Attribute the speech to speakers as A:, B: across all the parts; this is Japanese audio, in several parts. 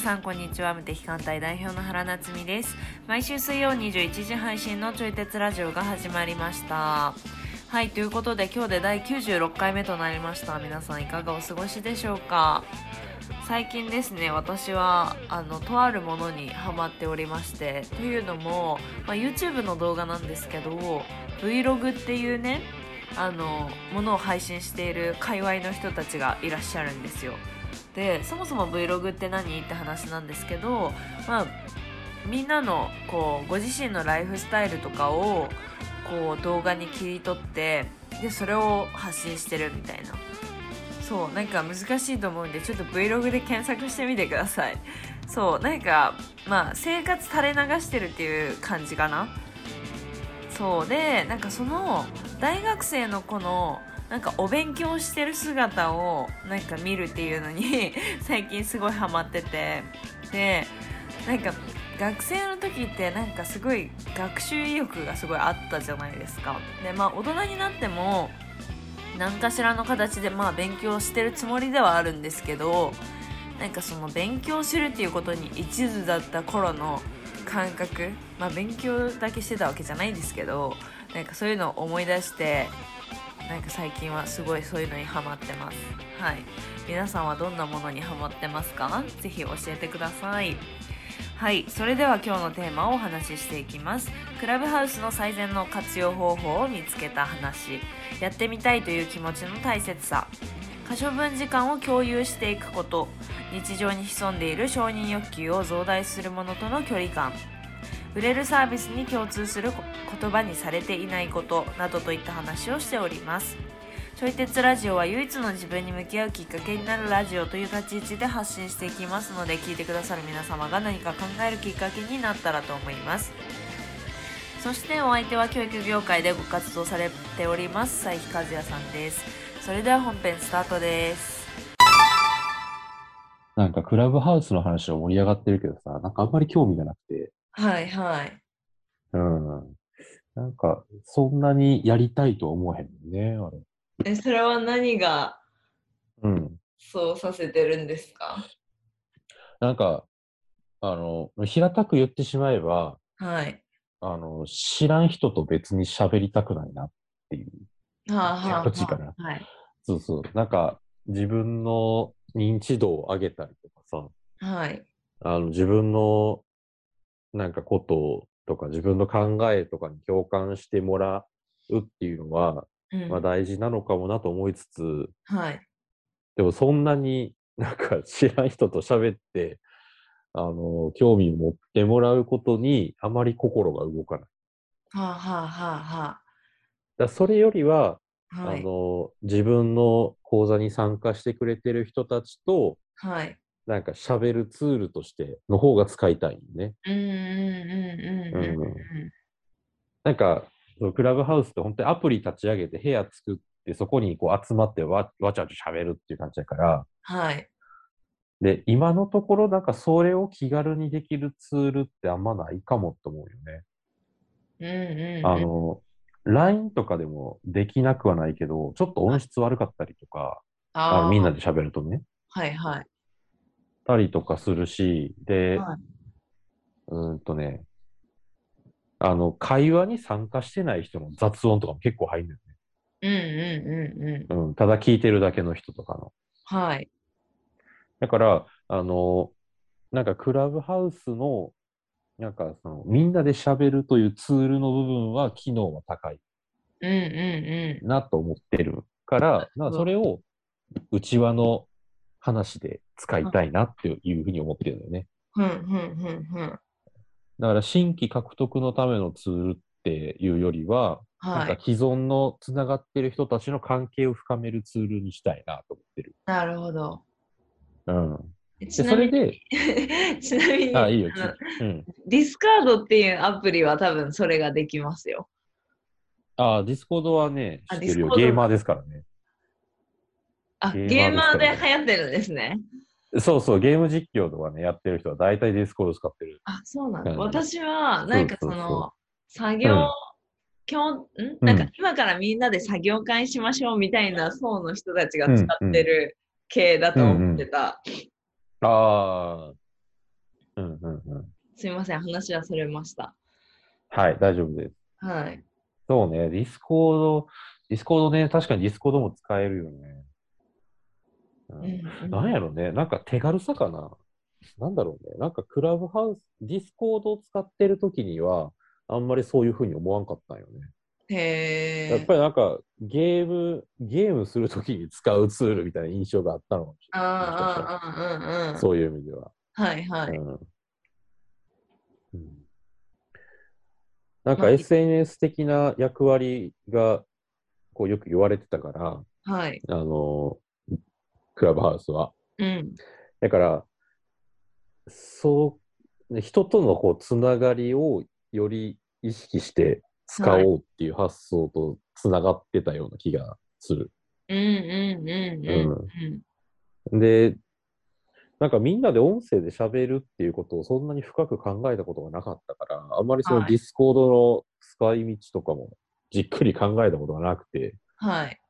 A: さんこんにちは無敵艦隊代表の原夏実です毎週水曜21時配信のちょい鉄ラジオが始まりましたはいということで今日で第96回目となりました皆さんいかがお過ごしでしょうか最近ですね私はあのとあるものにハマっておりましてというのも、まあ、YouTube の動画なんですけど Vlog っていうねあのものを配信している界隈の人たちがいらっしゃるんですよでそもそも Vlog って何って話なんですけど、まあ、みんなのこうご自身のライフスタイルとかをこう動画に切り取ってでそれを発信してるみたいなそうなんか難しいと思うんでちょっと Vlog で検索してみてくださいそうなんかまあ生活垂れ流してるっていう感じかなそうでなんかその大学生の子のなんかお勉強してる姿をなんか見るっていうのに 最近すごいハマっててでなんか学生の時ってなんかすごい学習意欲がすごいあったじゃないですかでまあ大人になっても何かしらの形でまあ勉強してるつもりではあるんですけどなんかその勉強するっていうことに一途だった頃の感覚まあ勉強だけしてたわけじゃないんですけどなんかそういうのを思い出してなんか最近はすごいそういうのにハマってますはい皆さんはどんなものにハマってますかぜひ教えてくださいはいそれでは今日のテーマをお話ししていきますクラブハウスの最善の活用方法を見つけた話やってみたいという気持ちの大切さ可処分時間を共有していくこと日常に潜んでいる承認欲求を増大するものとの距離感売れるサービスに共通する言葉にされていないことなどといった話をしておりますちょい鉄ラジオは唯一の自分に向き合うきっかけになるラジオという立ち位置で発信していきますので聞いてくださる皆様が何か考えるきっかけになったらと思いますそしてお相手は教育業界でご活動されております佐伯和也さんですそれでは本編スタートです
B: なんかクラブハウスの話は盛り上がってるけどさ、なんかあんまり興味がなくて、
A: はいはい
B: うん。なんか、そんなにやりたいとは思えへんもんね、
A: えそれは何が
B: あれ。うん。
A: そうさせてるんですか
B: なんか、あの、平たく言ってしまえば、
A: はい
B: あの、知らん人と別に喋りたくないなっていう。
A: はあはあは
B: こっちかな
A: あはい
B: そうそう。なんか、自分の認知度を上げたりとかさ、
A: はい
B: あの、自分の、なんかこととか、自分の考えとかに共感してもらうっていうのは、
A: うん
B: まあ、大事なのかもなと思いつつ、
A: はい
B: でもそんなに なんか知らん人と喋って、あの、興味を持ってもらうことにあまり心が動かない。
A: はあはあはあは
B: だからそれよりは、
A: あは
B: あ
A: い
B: の、自分の講座に参加してくれてる人たちと、
A: はい
B: なんか喋るツールとしての方が使いたいよね。
A: うんうんうんうんうんうん
B: なんか、そのクラブハウスって本当にアプリ立ち上げて部屋作って、そこにこう集まってわわちゃわちゃ喋るっていう感じだから、
A: はい
B: で、今のところ、なんかそれを気軽にできるツールってあんまないかもと思うよね。
A: うんうんうん
B: あの、LINE とかでもできなくはないけど、ちょっと音質悪かったりとか、あ
A: あ
B: の
A: ー
B: みんなで喋るとね、
A: はいはい
B: たりとかするし、で、
A: はいう
B: ーんとね、あの、会話に参加してない人の雑音とかも結構入るんだよね。
A: うんうんうんうん
B: うん、ただ聞いてるだけの人とかの。
A: はい
B: だから、あの、なんかクラブハウスの、なんかその、みんなで喋るというツールの部分は、機能は高い
A: うんうん
B: なと思ってるから、なんかそれを、内輪の話で使いたいなっていうふうに思ってるんだよね。
A: うんうんうんうんうん
B: だから、新規獲得のためのツールっていうよりは、な
A: は
B: ん
A: い
B: か既存のつながってる人たちの関係を深めるツールにしたいなと思ってる。
A: なるほど
B: うん。
A: えち
B: で、
A: な
B: そ
A: み
B: れ
A: に
B: で、
A: ちなみに
B: あ、いいよ
A: あの。
B: うん。
A: ディスカードっていうアプリは多分それができますよ
B: あ、ディスコードはね、知
A: あ
B: ってるよ。
A: Discord
B: ゲーマーですからね。
A: あゲ
B: ゲ
A: ー
B: ー
A: マ
B: マ
A: ーで
B: ーですから
A: 流
B: ね
A: 行ってるんですね
B: そうそう、ゲーム実況とかね、やってる人は大体ディスコード使ってる。
A: あ、そうなんだ。
B: うん
A: 私は、なんかそ
B: そうそう
A: の
B: そ、
A: 作業、
B: うん
A: 今日、ん
B: うん
A: なんか今からみんなで作業会しましょうみたいな層の人たちが使ってる系だと思ってた。
B: ああ、うんうんうん。
A: すいません、話はそれました。
B: はい、大丈夫です。
A: はい。
B: そうね、ディスコード、ディスコードね、確かにディスコードも使えるよね。うん
A: うん
B: なんやろね、なんか手軽さかな。なんだろうね、なんかクラブハウス、ディスコードを使ってる時には、あんまりそういうふうに思わんかったんよね。
A: へ
B: やっ
A: え
B: ぱ。りなんかゲーム、ゲームするときに使うツールみたいな印象があったのかもしれない。
A: ああ、うんうんうんうん。
B: そういう意味では。
A: はいはい。
B: うんうんな
A: ま
B: んか
A: あ
B: SNS 的な役割がこうよく言われてたから、
A: はい。
B: あのクラブハウスは。
A: うん。
B: だから、そう、ね人とのこうつながりをより意識して使おうっていう発想とつながってたような気がする。
A: うんうんうんうん
B: で、なんかみんなで音声で喋るっていうことをそんなに深く考えたことがなかったから、あんまりその
A: はい
B: ディスコードの使い道とかもじっくり考えたことがなくて、
A: うん。はい。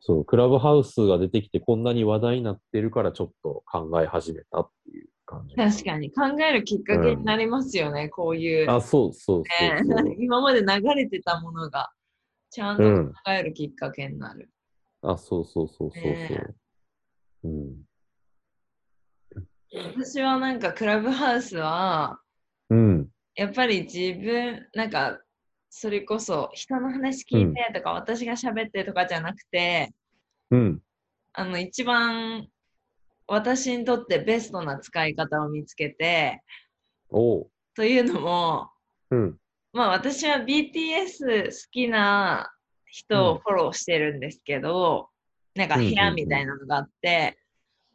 B: そう、クラブハウスが出てきてこんなに話題になってるからちょっと考え始めたっていう感 じ。
A: 確かに考えるきっかけになりますよね、こういう。
B: あ、そうそう
A: ね。
B: そうそう
A: 今まで流れてたものが、ちゃんと
B: うん。
A: 考えるきっかけになる。
B: あ、そうそうそうそうそう。
A: ねえ
B: うん。
A: 私はなんかクラブハウスは、
B: うん。
A: やっぱり自分、なんか、それこそ人の話聞いてとか、私が喋ってとかじゃなくて、
B: うん。
A: あの、一番私にとってベストな使い方を見つけて、
B: おう。
A: というのも、
B: うん。
A: まあ私は BTS 好きな人をフォローしてるんですけど、なんか部屋みたいなのがあって、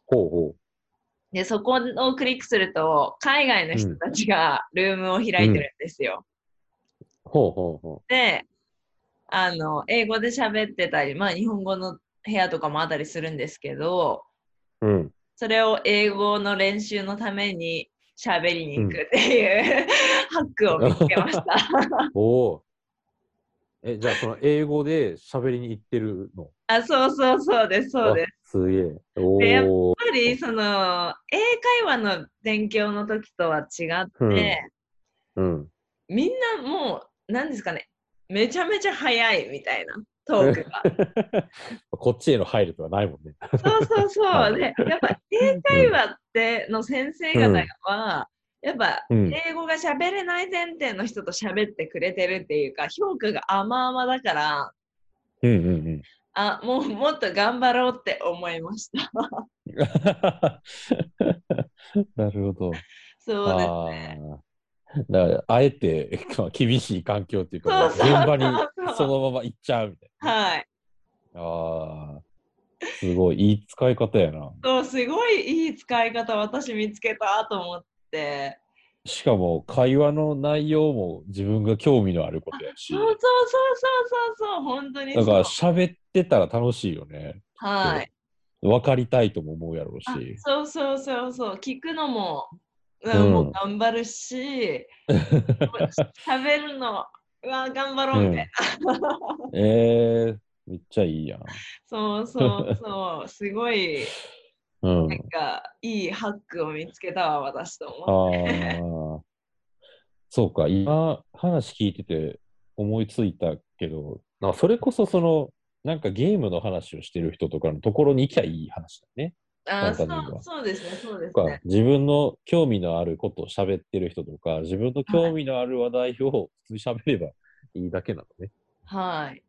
B: ほうほ
A: で、そこをクリックすると、海外の人たちがルームを開いてるんですよ。
B: う。ほうほうほ
A: で、あの、英語で喋ってたり、まあ日本語の部屋とかもあったりするんですけど、
B: う。うん。
A: それを英語の練習のために喋りに行くっていう、 ハックを見つけました。
B: おう。え、じゃあその英語で喋りに行ってるの
A: あ、そうそうそうです、そうです。
B: す。すげえ。お
A: でやっ
B: お。
A: やっぱりその英会話の勉強の時とは違って、
B: うん。
A: みんなもう何ですかねめちゃめちゃ早いみたいなトークが
B: こっちへの配慮とはないもんね。
A: そうそうそう
B: はい
A: でやっぱ英会話っての先生方は、やっぱ
B: うん。
A: 英語が喋れない前提の人と喋ってくれてるっていうか評価が甘々だから
B: うんうんうん。
A: あもうもっと頑張ろうって思いました
B: なるほ
A: そ
B: ど。
A: うです
B: ああ。だから、あえて、まあ、厳しい環境っていうか、
A: そうそうそうそう
B: 現場にそのまま行っちゃうみたいな。
A: はい
B: ああ、すごい、いい使い方やな。
A: そうすごいいい使い方私見つけたと思って
B: しかも、会話の内容も自分が興味のあることやし
A: そう、そうそうそうそうそう本当にそ
B: だ
A: う
B: から、喋ってたら楽しいよね。
A: はい
B: 分かりたいとも思うやろう
A: あ
B: し。
A: そうそうそうそう聞くのも,、うん
B: うん
A: もう頑張るし喋るのうわ頑張ろうみたいな、
B: ええめっちゃいいやん。
A: そうそうそうすごい
B: う ん。
A: なんかいいハックを見つけたわ私と思
B: ああ。そうか、今話聞いてて思いついたけど、なんかそれこそその、なんかゲームの話をしてる人とかのところに行きゃいい話だね。
A: うあーそ
B: 簡単には
A: うそうですねそうで
B: と
A: す
B: か
A: ね
B: 自分の興味のあることを喋ってる人とか、自分の興味のある話題を普通に喋ればいいだけなのね。
A: はい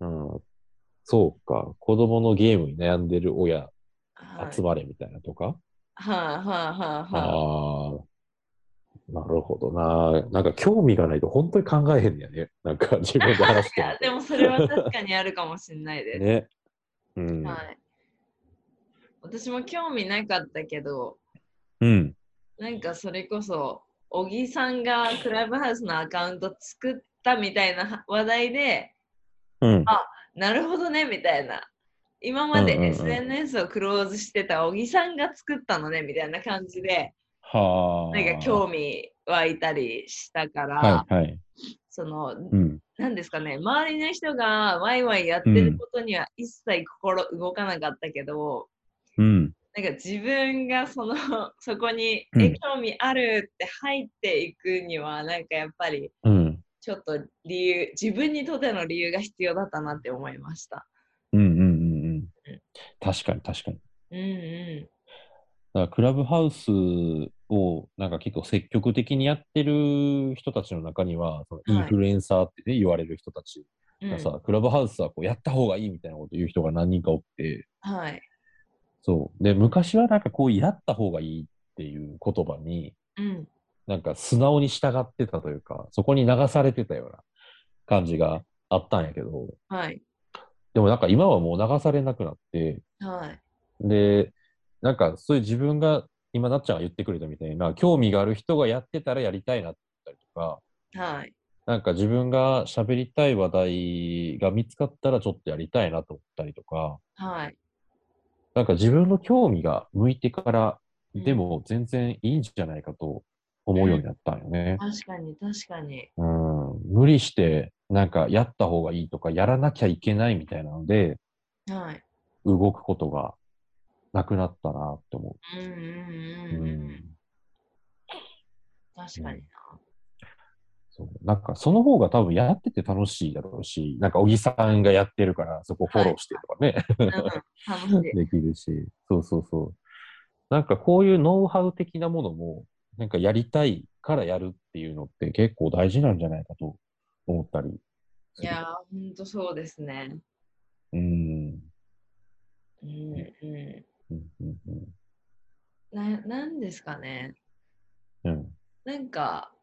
B: うん。そうか、子供のゲームに悩んでる親
A: はいはい
B: 集まれみたいなとか。
A: はいは
B: ああ。なるほどな。なんか興味がないと本当に考えへんねやね。な んか自分で話し
A: いい
B: て
A: や
B: る
A: でもそれは確かにあるかもしれないです
B: と。ね。うん。
A: はい。私も興味なかったけど、
B: うん。
A: なんかそれこそ、小木さんがクラブハウスのアカウント作ったみたいな話題で、
B: うん。
A: なるほどね、みたいな。今ま
B: う
A: で
B: んうんうん
A: SNS をクローズしてた小木さんが作ったのね、みたいな感じで、
B: はあ。
A: なんか興味湧いたりしたから、
B: はいはい。
A: その、
B: うん。
A: なんですかね、周りの人がワイワイやってることには一切心動かなかったけど、
B: うん。
A: なんか自分がそのそこに、
B: うん
A: え興味あるって入っていくにはなんかやっぱり
B: うん。
A: ちょっと理由自分にとっての理由が必要だったなって思いました。
B: うんうんうんうん。確かに確かに。
A: うんう
B: だからクラブハウスをなんか結構積極的にやってる人たちの中には、そのインフルエンサーってね、言われる人たち
A: ん。う
B: が
A: ん
B: さ、クラブハウスはこうやった方がいいみたいなこと言う人が何人かおって、
A: はい。
B: そう。で、昔はなんかこうやった方がいいっていう言葉に、
A: うん。
B: なんか素直に従ってたというか、そこに流されてたような感じがあったんやけど、
A: はい。
B: でもなんか今はもう流されなくなって、
A: はい。
B: で、なんかそういう自分が、今なっちゃんが言ってくれたみたいな、興味がある人がやってたらやりたいなって言ったりとか、
A: はい。
B: なんか自分が喋りたい話題が見つかったらちょっとやりたいなと思ったりとか、
A: はい。
B: なんか自分の興味が向いてから
A: うん
B: でも全然いいんじゃないかと思うようになったんよね。
A: 確かに確かに。
B: うん、無理してなんかやった方がいいとかやらなきゃいけないみたいなので
A: はい。
B: 動くことがなくなったなって思
A: うんうん
B: う。
A: うん、う
B: うん
A: ん、確かに
B: そうなんかその方が多分やってて楽しいだろうし、なんか小木さんがやってるからそこフォローしてとかね、
A: な。うん、楽 しい。
B: できるし、そうそうそう。なんかこういうノウハウ的なものも、なんかやりたいからやるっていうのって結構大事なんじゃないかと思ったりす
A: い
B: る。
A: やー、ほんとそうですね。
B: うん。
A: うんう
B: うんうん
A: ん。ななんですかね。
B: うんうん
A: なんか、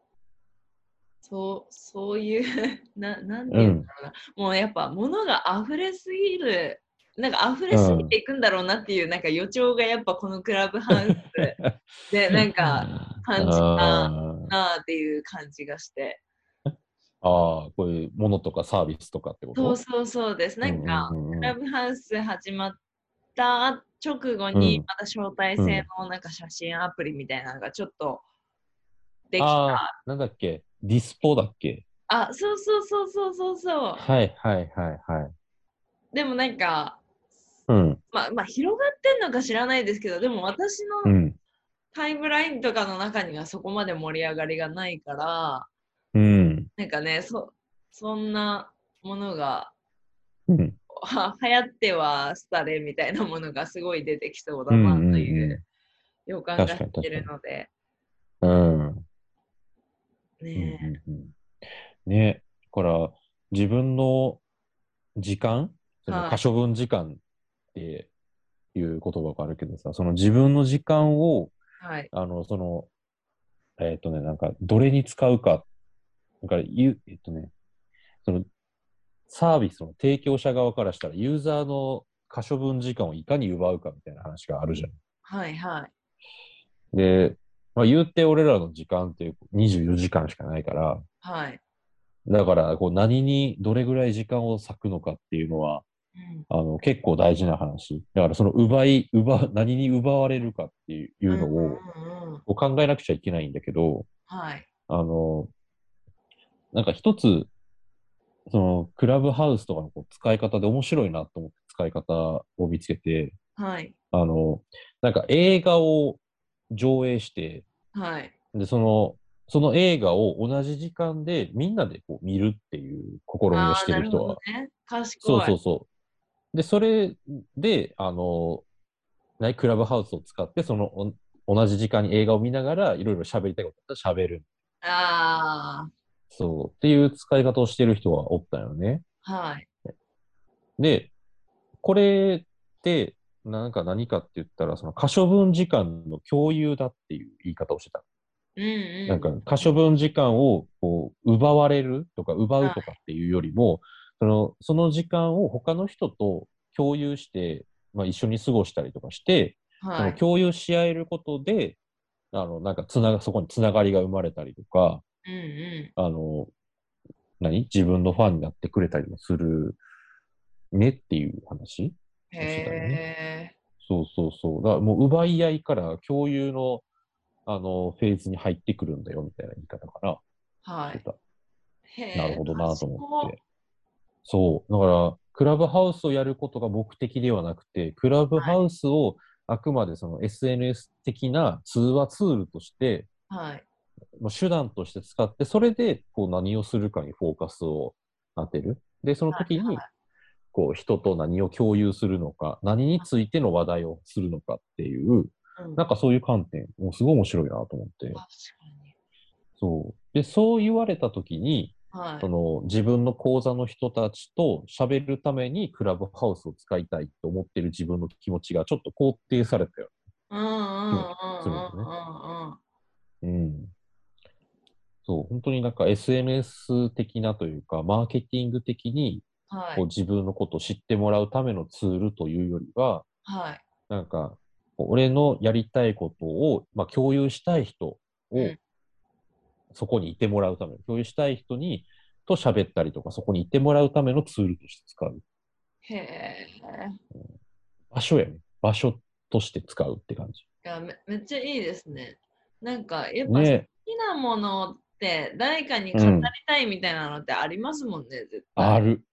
A: そう、そういう、 ななんていうんだろうな。もうやっぱ、物が溢れすぎる。なんか溢れすぎていくんだろうなっていう、なんか予兆がやっぱこのクラブハウス でなんか感じた
B: あー
A: なあっていう感じがして。
B: あー、こういうものとかサービスとかってこと
A: そうそうそうです。なんか、
B: うんうんうん
A: クラブハウス始まった直後に、
B: うん
A: また招待制のなんか写真アプリみたいなのがちょっとできた。あ
B: あーなんだっけディスポだっけ
A: そうそうそうそうそうそう。
B: はいはいはいはい。
A: でもなんか、
B: うん。
A: まあ、まあ、広がってんのか知らないですけど、でも私
B: う
A: の
B: ん。
A: タイムラインとかの中にはそこまで盛り上がりがないから、
B: うん。
A: なんかね、そそんなものが、
B: うん。
A: は流行っては廃れみたいなものがすごい出てきそうだ
B: うん
A: なと
B: うん
A: いう。
B: う
A: 予感が
B: 確かに
A: してるので、
B: んうん。
A: ねえ、
B: うんうんうんね、だから自分の時間、そ
A: は
B: の
A: い
B: 可処分時間っていう言葉があるけどさ、その自分の時間を、
A: はい、
B: あの、その、えっ、とね、なんか、どれに使うか、だから、ゆえっ、とね、その、サービスの提供者側からしたら、ユーザーの可処分時間をいかに奪うかみたいな話があるじゃん。
A: はい、はい、
B: で、まあ、言って俺らの時間って24時間しかないから、
A: はい。
B: だから、こう何にどれぐらい時間を割くのかっていうのは、
A: うん
B: あの結構大事な話。だから、その奪い、奪う、何に奪われるかっていうの
A: うんうん
B: を
A: うん
B: こう考えなくちゃいけないんだけど、
A: はい、
B: あの、なんか一つ、そのクラブハウスとかのこう使い方で面白いなと思って使い方を見つけて、
A: はい、
B: あの、なんか映画を上映して、
A: はい、
B: で、その、その映画を同じ時間でみんなでこう見るっていう試みを
A: あ
B: し
A: ー
B: て
A: な
B: る
A: る
B: 人
A: ほ
B: は
A: どね。賢い。
B: そうそうそう。で、それで、あの、ないクラブハウスを使って、そのお同じ時間に映画を見ながら、いろいろ喋りたいことだったら喋る。
A: あ
B: そう。っていう使い方をしてる人はおったよね。
A: あ、はい、
B: で、これって、なんか何かって言ったら、その可処分時間の共有だっていう言い方をしてた。
A: うんうん。
B: なんか可処分時間をこう奪われるとか奪うとかっていうよりも、そのその時間を他の人と共有して、まあ、一緒に過ごしたりとかして、そ
A: は
B: の
A: い、
B: 共有し合えることであのなんかつながそこにつながりが生まれたりとか
A: うんう
B: あの何自分のファンになってくれたりもするねっていう話
A: ん。
B: うしてたよ
A: へえ、
B: そうそうそうだからもう奪い合いから共有のあのフェーズに入ってくるんだよみたいな言い方かな。
A: は
B: して
A: い。
B: た
A: へえ
B: なるほどなと思って。そう。だから、クラブハウスをやることが目的ではなくて、クラブハウスをあくまでその SNS 的な通話ツールとして、
A: はい。
B: もう手段として使って、それでこう何をするかにフォーカスを当てる。で、その時
A: はい
B: に
A: は
B: こう人と何を共有するのか、何についての話題をするのかっていう、
A: うん
B: なんかそういう観点、もうすごい面白いなと思って。
A: 確かに。
B: そう。で、そう言われた時に、
A: はい。
B: その自分の講座の人たちと喋るためにクラブハウスを使いたいと思ってる自分の気持ちがちょっと肯定されたよ。
A: うんうん
B: そう
A: うん
B: そう
A: うんう
B: ね
A: んうん。
B: うん。そう、本当になんか SNS 的なというか、マーケティング的に
A: は
B: こう
A: い。
B: 自分のことを知ってもらうためのツールというよりは、
A: はい。
B: なんか、こう俺のやりたいことを、まあ、共有したい人を、
A: うん
B: そこにいてもらうための、共有したい人に、と喋ったりとか、そこにいてもらうためのツールとして使う。
A: へえ。
B: 場所やね。場所として使うって感じ。
A: いやめめっちゃいいですね。なんか、やっぱ、
B: ね
A: 好きなものって誰かに語りたいみたいなのってありますもんね、絶対。
B: ある。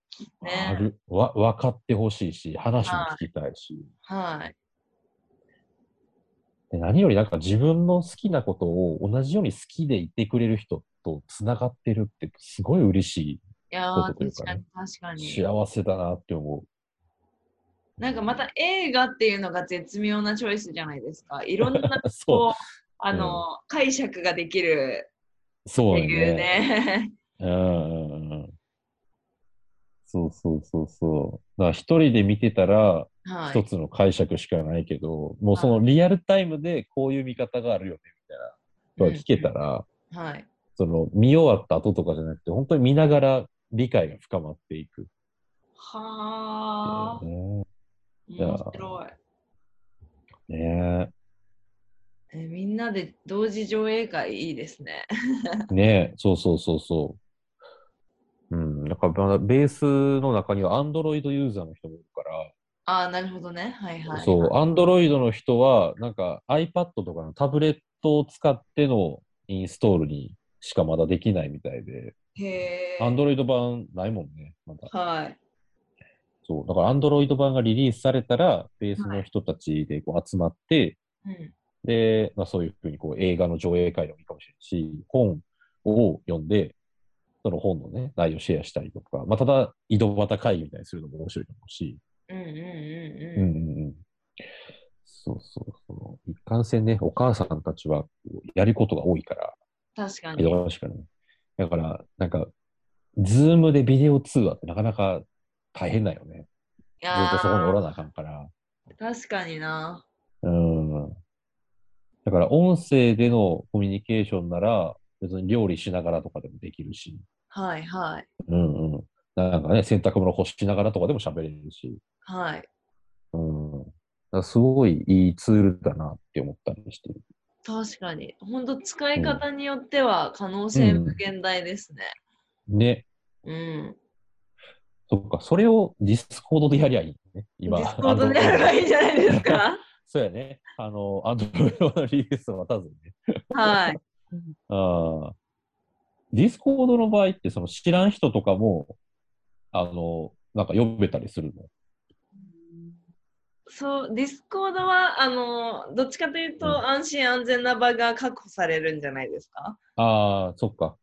A: ね
B: ある。わ、分かってほしいし、話も聞きたいし。
A: はい。
B: で何よりなんか自分の好きなことを同じように好きでいてくれる人と繋がってるってすごい嬉し
A: いや
B: そうい
A: ー、
B: うことで
A: 確
B: すか
A: かに
B: ね
A: 確か
B: い。
A: に。
B: 幸せだなって思う。
A: なんかまた映画っていうのが絶妙なチョイスじゃないですか。いろんな
B: そ
A: こう、あの、解釈ができる
B: う。そ
A: っ
B: う
A: て
B: だ
A: いう
B: ね。
A: ね。
B: うんうんうん。そうそうそうそう。だから一人で見てたら、
A: は
B: 一
A: い。
B: つの解釈しかないけど、もうそのリアルタイムでこういう見方があるよね、みたいな、とは聞けたら、
A: はい。
B: その見終わった後とかじゃなくて、本当に見ながら理解が深まっていくって
A: はあ、
B: いうじゃあ
A: 面白い。
B: ね。ね
A: えみんなで同時上映会いいですね。
B: え。ねえ。そうそうそうそう。うん。だからまだベースの中にはアンドロイドユーザーの人もいるから、
A: ああ、なるほどね。はいはい。
B: そう、アンドロイドの人は、なんか iPad とかのタブレットを使ってのインストールにしかまだできないみたいで、
A: へえ。
B: アンドロイド版ないもんね、まだ。
A: はい。
B: そう、だからアンドロイド版がリリースされたら、ベースの人たちでこう集まって、
A: うん。
B: で、まあ、そういうふうにこう映画の上映会でもいいかもしれないし、本を読んで、その本のね、内容をシェアしたりとか、まあ、ただ、井戸端会議みたいにするのも面白いと思うし、
A: うんうんうん
B: うんうんうん。そうそうそう。一貫性ね、お母さんたちはこうやることが多いから、
A: 確かに。
B: 忙しいからね。だから、なんか、ズームでビデオ通話ってなかなか大変だよね。
A: い
B: ず
A: や
B: っとそこにおら
A: ー
B: なあかんから。
A: 確かにな。
B: うん。だから、音声でのコミュニケーションなら、別に料理しながらとかでもできるし、
A: はいはい
B: うんうん。なんかね、洗濯物干しながらとかでも喋れるし、
A: はい。
B: うん。だからすごいいいツールだなって思ったりしてる。
A: 確かに。本当使い方によっては可能性無限大ですね。
B: ね。
A: うん。
B: そっか、それをディスコードでやりゃいいね。今、
A: ディスコードでやればいいんじゃないです か。
B: そうやね。あの、アンドロイドのリリースを待たずにね。
A: はい。
B: ああ。ディスコードの場合って、その知らん人とかも、あの、なんか呼べたりするの。
A: そう、ディスコードは、あの、どっちかという
B: うん
A: と安心安全な場が確保されるんじゃないですか。
B: ああ、そっか。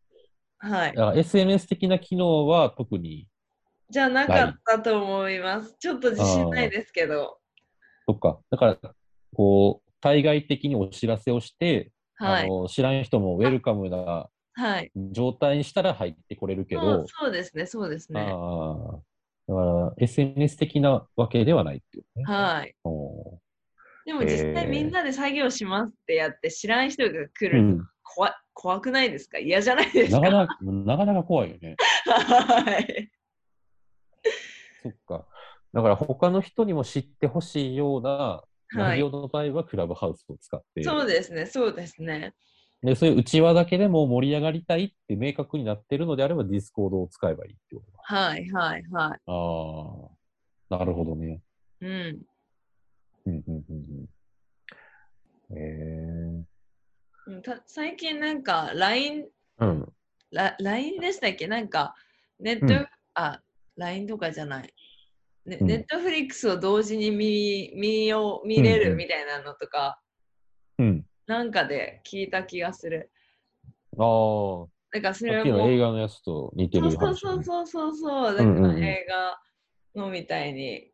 A: はい。
B: だから SNS 的な機能は特に、
A: じゃあなかったと思います。ちょっと自信ないですけど。
B: そっか。だから、こう、対外的にお知らせをして、
A: は
B: あ
A: い。
B: の知らん人もウェルカムな
A: はい。
B: 状態にしたら入ってこれるけ
A: そ
B: ど
A: う、そうですね、そうですね。
B: ああ。だから、SNS 的なわけではないっていうね。
A: はい。
B: おー
A: でも実際
B: えー
A: みんなで作業しますってやって知らん人が来
B: う
A: るの
B: ん
A: 怖,、怖くないですか嫌じゃないです
B: な
A: か
B: かなか、なかなか怖いよね。
A: はい
B: そっか。だから他の人にも知ってほしいような
A: は
B: 内
A: い
B: 容の場合はクラブハウスを使って、
A: そうですね、そうですね。
B: でそういう内輪だけでも盛り上がりたいって明確になってるのであればディスコードを使えばいいってこ
A: はいはいは
B: とか。ああ、なるほどね。
A: い。うん。
B: うんうんうんうん。
A: うんた最近なんか LINE、
B: えー。うん。
A: ラ LINE でしたっけなんかネット、
B: うん
A: あ、LINE とかじゃない。ね
B: うん
A: ネットフリックスを同時に見見よう見れ
B: うんう
A: る
B: ん
A: みたいなのとか、
B: うん。
A: なんかで聞いた気がする。
B: ああ、
A: だからそれ
B: さっ
A: は
B: きの
A: も
B: 映
A: う、
B: 画のやつと似て
A: そう
B: る
A: そう
B: 話だ
A: そ
B: ね、
A: うそうそうそう、だ
B: うんうん
A: か
B: う
A: ら
B: ん
A: 映画のみたいに、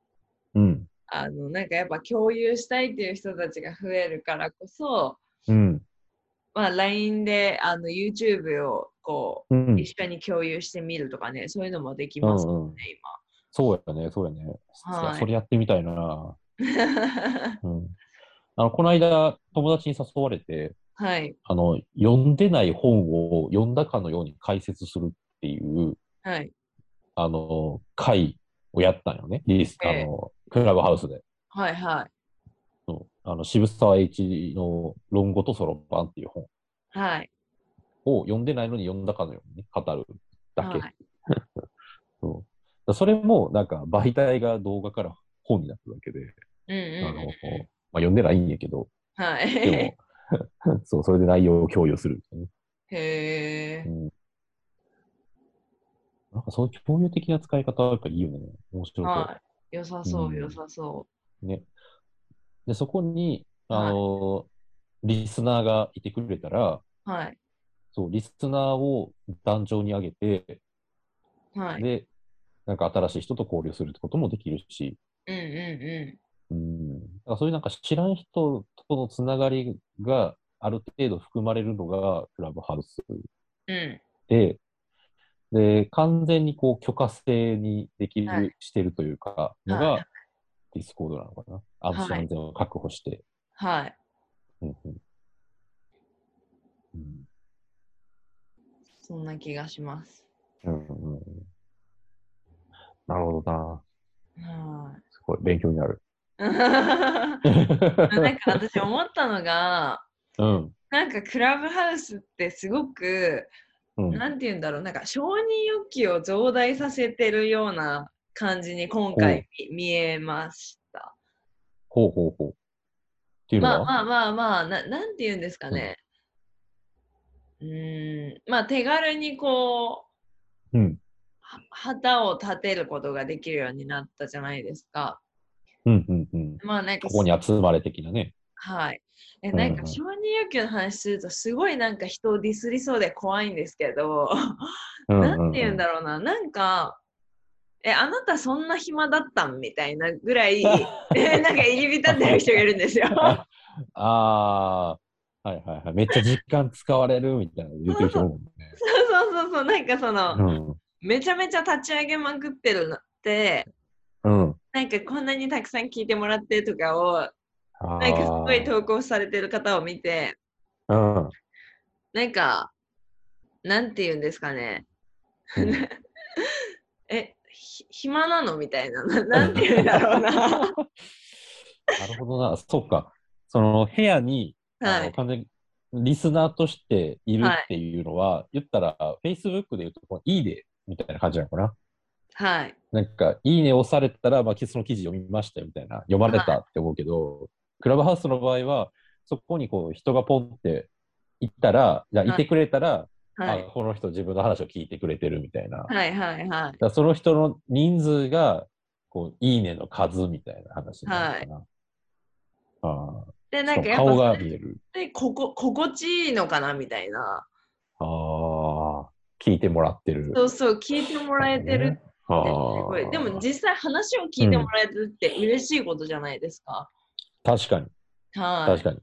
B: うん。
A: あのなんかやっぱ共有したいっていう人たちが増えるからこそ、
B: うん。
A: まあ、LINE であの YouTube をこ
B: う。
A: うん一緒に共有してみるとかね、そういうのもでき
B: う
A: ますね、
B: んうん、そうやね、そうやね。
A: はい
B: それやってみたいな。
A: 今。
B: うん、あのこの間、友達に誘われて、
A: はい、
B: あの読んでない本を読んだかのように解説するっていう
A: はい、
B: あの会をやったんよね、リリースあ
A: ええ
B: のクラブハウスで。
A: はい、は
B: そうあの渋沢栄一の「論語とそろばん」っていう本
A: い、はい、を
B: を読んでないのに読んだかのように、ね、語るだけ。
A: はい
B: そうだからそれもなんか媒体が動画から本になっただけで、
A: うん
B: あ
A: う
B: の
A: ん
B: まあ
A: うん、、
B: 読んでないんやけど、
A: はい。
B: でも そうそれで内容を共有する、ね
A: へえ。
B: うん。なんかそういう共有的な使い方はやっぱいいよね。面白い、
A: はい。良さそうう、
B: ん
A: 良さそ
B: ね。で、そこに、あの、リスナーがいてくれたら、
A: う。はい。
B: そう、リスナーを壇上に上げて、
A: はい。
B: で、なんか新しい人と交流するってこともできるし、
A: うんう
B: うん。だからそういうなんか知らん人とのつながりがある程度含まれるのがクラブハウス
A: んうん。う
B: で、で、完全にこう許可制にできる、
A: はい
B: してるというか、の
A: は
B: が、ディスコードなのかな。安心
A: はい
B: 安全を確保して。
A: ん。はい。
B: うんうんうん
A: そんな気がします。
B: うんうんうんなるほどな。
A: は
B: すごい、勉強に なる。
A: い。なんか私思ったのが、
B: うん。
A: なんかクラブハウスってすごく、
B: うん。
A: なんて言うんだろう、なんか承認欲求を増大させてるような感じに今回み見えました。
B: ほうほうほう。っていうの
A: ま
B: は、
A: あまあまあまあ、ななんて言うんですかね。うーん、まあ手軽にこう、
B: うん。
A: は旗を立てることができるようになったじゃないですか。
B: うんうんうん。
A: まあなんか
B: ここに集まれ的なね。
A: はい。え
B: うん
A: なんか承認欲求の話するとすごいなんか人をディスりそうで怖いんですけど、
B: うんうんう
A: なんて言うんだろうな、なんか、え、あなたそんな暇だったんみたいなぐら い、えなんか入り浸ってる人がいるんですよ。
B: ああー、はいはいはい。めっちゃ時間使われるみたいな言ってる人多いもんね。
A: そうそうそう、なんかその、
B: うん
A: めちゃめちゃ立ち上げまくってるのって、
B: うん。
A: なんかこんなにたくさん聞いてもらってとかを、
B: な
A: なんかすごい投稿されてる方を見て、
B: うん。
A: なんか、なんて言うんですかね。 え、ひ暇なのみたいな。ななんて言うん だろう な。
B: なるほどな。そうか。その部屋に、あ
A: は
B: の
A: い。
B: 完全にリスナーとしている
A: はい
B: っていうのは、言ったら、Facebook で言うと、このいいねみたいな感じなのかな。
A: はい。
B: なんか、いいね押されたら、まあ、その記事読みましたよみたいな、読まれたって思うけど、クラブハウスの場合は、そこにこう人がポンって行ったら、じゃあ
A: はい
B: いてくれたら、
A: は
B: あ
A: い。
B: この人自分の話を聞いてくれてるみたいな。だか
A: はい。はい。はい。
B: らその人の人数が、こう、いいねの数みたいな話になるのかな。ああ。
A: で、なんかやっ
B: 顔が
A: ぱ、
B: 見える。
A: でここ心地いいのかなみたいな。
B: ああ、聞いてもらってる。
A: そうそう、聞いてもらえてるってす
B: ああ
A: ごい。でも実際話を聞いてもらえてるって嬉しいことじゃないですか。
B: 確かに、
A: はい。
B: 確かに。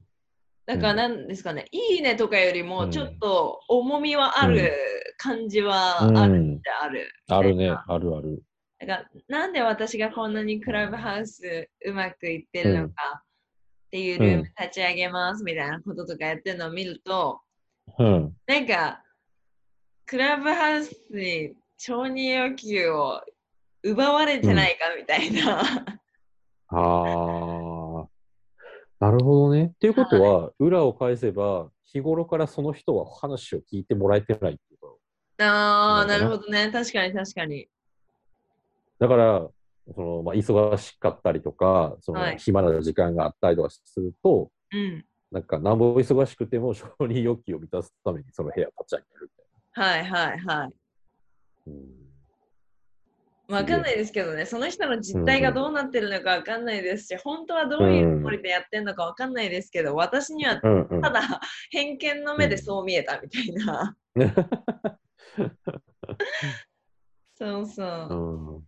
A: だからなんですかね、いいねとかより
B: う
A: も
B: ん
A: ちょっと重みはあ
B: うん
A: る感じは
B: うん
A: あるってある。
B: あるね、あるある。
A: だからなんで私がこんなにクラブハウスうまくいってるのかっていうルーム立ち上げますみたいなこととかやってるのを見ると、
B: うん。
A: なんかクラブハウスに承認欲求を奪われてないかみたいな。
B: ああ、なるほどね。っていうことは、裏を返せば、日頃からその人は話を聞いてもらえてないっていうこ
A: ああ、な
B: なる
A: る
B: ほ
A: ほどね。確かに確かに。
B: と。だから、そのまあ、忙しかったりとか、そ
A: は
B: の
A: い
B: 暇な時間があったりとかすると、
A: うん。
B: なんか、なんぼ忙しくても、承認欲求を満たすために、その部屋を立ち上げるみたいな。
A: はいはいはい。
B: うん
A: わかんないですけどね、その人の実態がどうなってるのかわかんないですし、本当はどういうつもりでやってんのかわかんないですけど、私には
B: うんうん
A: ただ偏見の目でそう見えたみたいな。 そうそう。
B: うん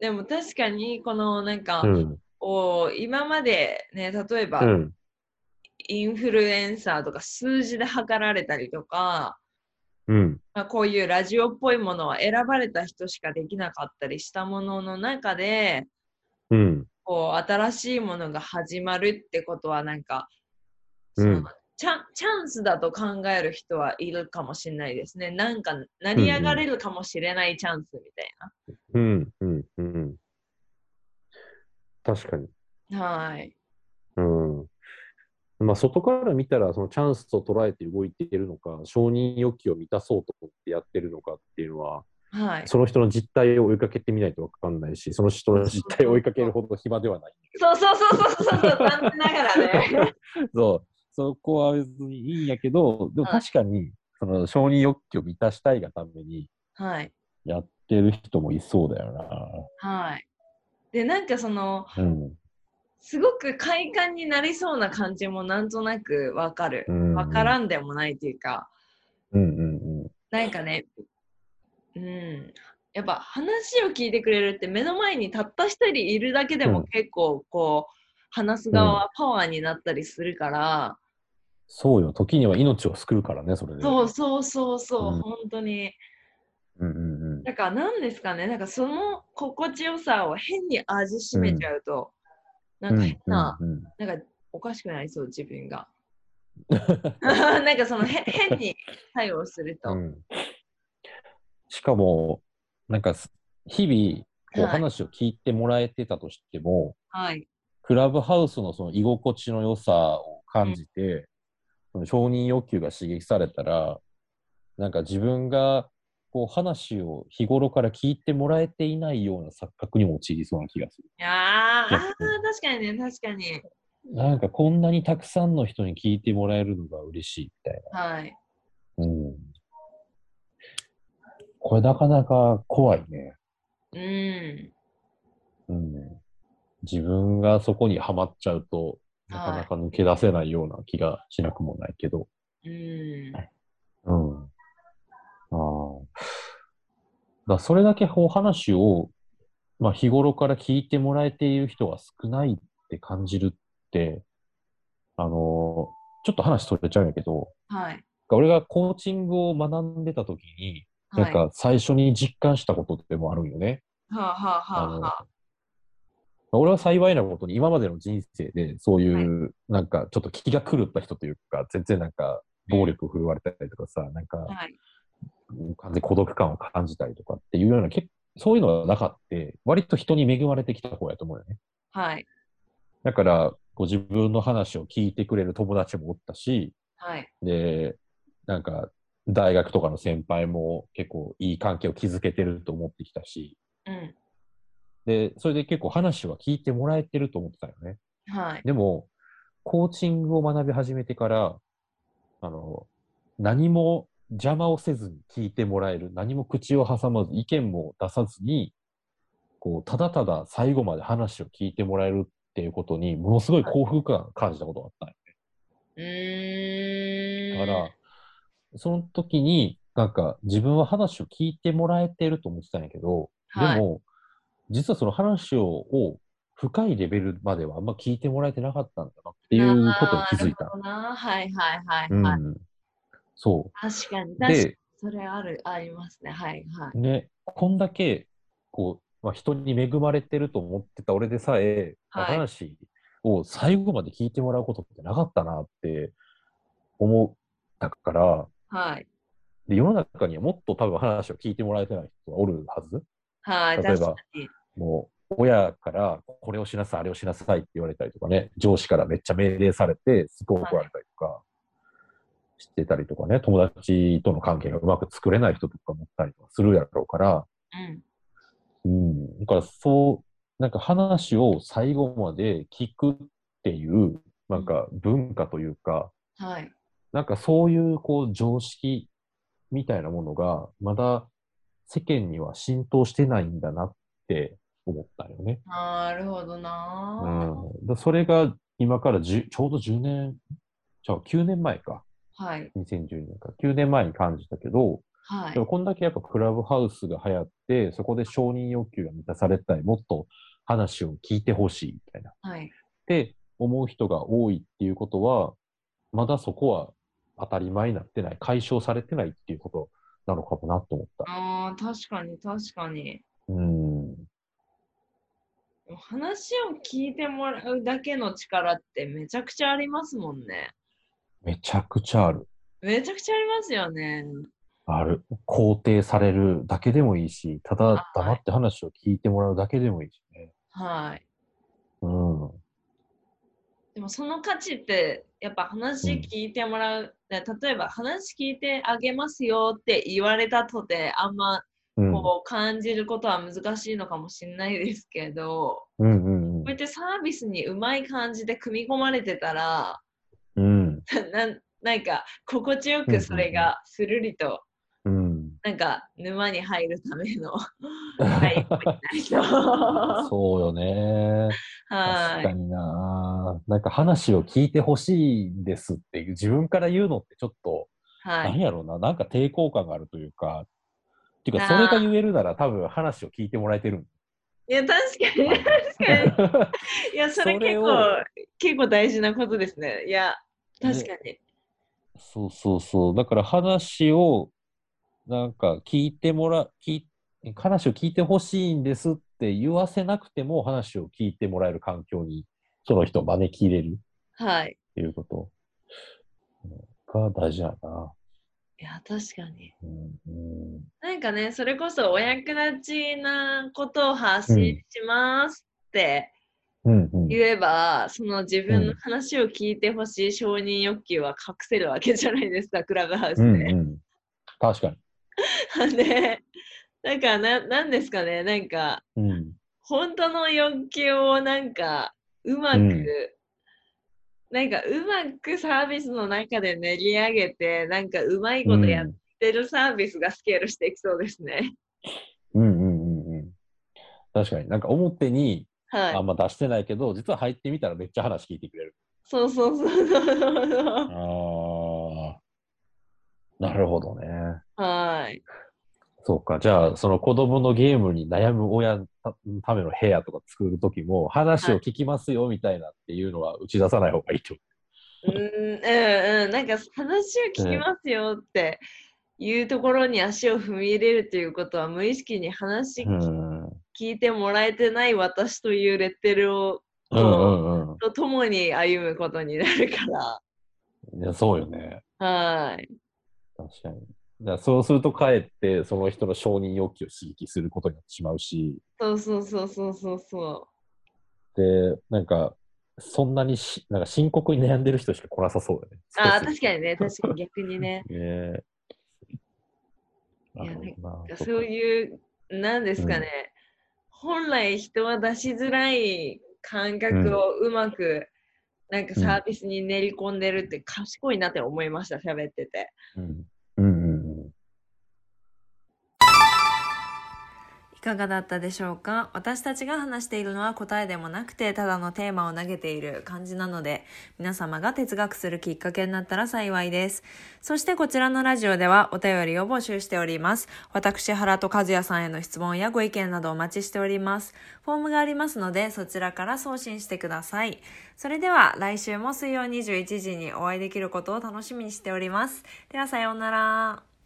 A: でも確かに、このなんか、
B: うん
A: お今までね、例えば、
B: うん
A: インフルエンサーとか数字で測られたりとか、
B: うん
A: まあ、こういうラジオっぽいものは選ばれた人しかできなかったりしたものの中で、
B: うん
A: こう新しいものが始まるってことはなんか、
B: うん
A: そのチャンチャンスだと考える人はいるかもしれないですね。なんか成り上がれるかもしれないチャンスみたい
B: うんうんうん確かに。
A: な。はい。
B: うんまあ、外から見たらそのチャンスと捉えて動いているのか承認欲求を満たそうと思ってやってるのかっていうのは
A: はい。
B: その人の実態を追いかけてみないと分かんないしその人の実態を追いかけるほど暇ではない。
A: そうそうそうそうそうそう、残念ながらね。
B: そう、そこは別にいいんやけど、でも
A: はい
B: 確かに、その承認欲求を満たしたいがために
A: はい。
B: やってる人もいそうだよ
A: はい。で、なんかその、
B: な。うん。
A: すごく快感になりそうな感じもなんとなくわかる
B: う。ん、
A: わからんでもないというか、
B: うんうんうん。
A: なんかね、うん、やっぱ話を聞いてくれるって目の前にたった一人いるだけで
B: う
A: も
B: ん
A: 結構こう、話す側はパワーになったりするから、
B: そうよ、時には命を救うからね、それで。
A: そうそうそうそう、
B: うん
A: 本当に。
B: うんうんうん。
A: だから何ですかね、なんかその心地よさを変に味しめちゃうと、なんか変な、
B: うんうん
A: なんかおかしくなりそう、自分 が。なんかそのへ変に対応すると。
B: うんうんしかも、なんかす、日々、こう
A: はい
B: 話を聞いてもらえてたとしても、
A: はい。
B: クラブハウスのその居心地の良さを感じて、その承認欲求が刺激されたら、なんか自分がこう話を日頃から聞いてもらえていないような錯覚に陥りそうな気がする。
A: いやーあー、確かにね、確かに。
B: なんかこんなにたくさんの人に聞いてもらえるのが嬉しいみたい
A: はい。
B: な。うん。これなかなか怖いね。
A: うん。
B: うん。自分がそこにはまっちゃうと、なかなか抜け出せないような気がしなくもないけど。
A: うん。
B: うん。ああ。だからそれだけこう話を、まあ、日頃から聞いてもらえている人が少ないって感じるって、あのーちょっと話取れちゃうんやけど、
A: はい。
B: 俺がコーチングを学んでた時に、
A: は
B: なん
A: い。は
B: か最初に実感したことでもあるんよね。
A: あ、はあはあはあ、
B: 俺は幸いなことに今までの人生でそういう、
A: は
B: なんかちょっと気が狂った人というか、全然なんか暴力振るわれたりとかさ、なんか、
A: はい。
B: 完全に孤独感を感じたりとかっていうような、結そういうのはなかって、割と人に恵まれてきた方やと思うよね。
A: はい。
B: だから、こう自分の話を聞いてくれる友達もおったし、
A: はい。
B: で、なんか、大学とかの先輩も結構いい関係を築けてると思ってきたし、
A: うん。
B: で、それで結構話は聞いてもらえてると思ってたよね。
A: はい。
B: でも、コーチングを学び始めてから、あの、何も邪魔をせずに聞いてもらえる、何も口を挟まず、意見も出さずに、こう、ただただ最後まで話を聞いてもらえるっていうことに、ものすごい幸福感を感じたことがあったんよ
A: うーん。
B: だから、その時に、なんか自分は話を聞いてもらえてると思ってたんやけど、
A: はい
B: でも、実はその話をを深いレベルまではあんま聞いてもらえてなかったんだなっていうことに気づい
A: なる
B: た。
A: ほどな。はいはいはい、
B: う
A: はい
B: ん、そ
A: 確かに、
B: う。
A: 確かに。
B: で、
A: それある、ありますね。はいはい。
B: ね、こんだけこう、まあ、人に恵まれてると思ってた俺でさえ、まあ
A: はい
B: 話を最後まで聞いてもらうことってなかったなって思ったから、
A: はい。
B: で世の中にはもっと多分話を聞いてもらえてない人がおるはず。
A: はい。
B: 例え
A: 確
B: ば
A: かに。
B: もう親からこれをしなさい、あれをしなさいって言われたりとかね、上司からめっちゃ命令されて、すごい怒られたりとかしてたりとかね、友達との関係がうまく作れない人とかもったりとかするやろうから、
A: うん。
B: うん、だからそう、なんか話を最後まで聞くっていう、なんか文化というか、
A: はい。
B: なんかそういうこう常識みたいなものが、まだ世間には浸透してないんだなって思ったよね。
A: なるほど
B: う
A: な、
B: ん、だそれが今から10ちょうど10年、じゃあ9年前か、
A: はい。
B: 2010年か、9年前に感じたけど、
A: はい
B: で。もこんだけやっぱクラブハウスが流行って、そこで承認欲求が満たされたり、もっと話を聞いてほしいみたいな。っ
A: はい。
B: て思う人が多いっていうことは、まだそこは当たり前になってない、解消されてないっていうことなのかもなと思った。
A: ああ、確かに確かに。
B: うん。
A: でも話を聞いてもらうだけの力ってめちゃくちゃありますもんね。
B: めちゃくちゃある。
A: めちゃくちゃありますよね。
B: ある。肯定されるだけでもいいし、ただ黙って話を聞いてもらうだけでもいいしね。
A: はい。
B: うん。
A: でもその価値ってやっぱ話聞いてもらう、ね例えば話聞いてあげますよって言われたとてあんま
B: うん。
A: こう感じることは難しいのかもしれないですけど、
B: うんうんうん
A: こうやってサービスにうまい感じで組み込まれてたら
B: うん。
A: なんなんか心地よくそれがするりと
B: うん。
A: なんか沼に入るため の第一歩になりそう。
B: そうよね。
A: は
B: 確か
A: い。
B: にな。なんか話を聞いてほしいですっていう、自分から言うのってちょっと、
A: は
B: なん
A: い。
B: やろうな、なんか抵抗感があるというか、っていうか、
A: あ
B: それ
A: ー
B: が言えるなら多分話を聞いてもらえてる。
A: いや、確かに、確かに。い や、それ
B: それ
A: 結
B: を
A: 構、結構大事なことですね。いや、確かに。
B: そうそうそう。だから話を、なんか聞いてもら、聞い話を聞いてほしいんですって言わせなくても話を聞いてもらえる環境に、その人を招き入れる
A: はい。
B: っていうことうんが大事だな。
A: いや、確かに。
B: うんうん
A: なんかね、それこそお役立ちなことを発信しますって
B: うんうん
A: 言えば、その自分
B: う
A: の
B: ん
A: 話を聞いてほしい承認欲求は隠せるわけじゃないですか、クラブハウス
B: う
A: で。
B: んうん確かに。
A: で、だからな、なんですかね、なんか、
B: うん
A: 本当の欲求をなんかうまく、
B: うん
A: なんかうまくサービスの中で練り上げてなんかうまいことやってるサービスがスケールしていきそうですね。
B: うんうんうんうん。確かに。なんか表にあ
A: はい。
B: んま出してないけど、実は入ってみたらめっちゃ話聞いてくれる。
A: そうそうそうそうそうそう。
B: ああ。なるほどね。
A: はい。
B: そうか。じゃあ、その子供のゲームに悩む親のための部屋とか作るときも、話を聞きますよみたいなっていうのは打ち出さない方がいいと。
A: うんうんうん。なんか話を聞きますよっていうところに足を踏み入れるということは無意識に話
B: ん。うん
A: 聞いてもらえてない私というレッテルを
B: うんう
A: とともに歩むことになるか
B: ん。いや、そうよね。
A: ら。はい。
B: 確かに。だからそうすると、かえって、その人の承認欲求を刺激することになってしまうし、
A: そうそうそうそうそうそ
B: で、なんか、そんなにし、なんか深刻に悩んでる人しか来なさそうだね。
A: う。ああ、確かにね、確かに逆にね。
B: に。ねえ。
A: いや
B: なるほどな
A: そういう、なんですかね、本来人は出しづらい感覚をうまく、なんかサービスに練り込んでるって賢いなって思いました、喋ってて。
B: うんうんうんうん。
C: いかがだったでしょうか私たちが話しているのは答えでもなくて、ただのテーマを投げている感じなので、皆様が哲学するきっかけになったら幸いです。そしてこちらのラジオではお便りを募集しております。私、原と和也さんへの質問やご意見などお待ちしております。フォームがありますので、そちらから送信してください。それでは来週も水曜21時にお会いできることを楽しみにしております。ではさようなら。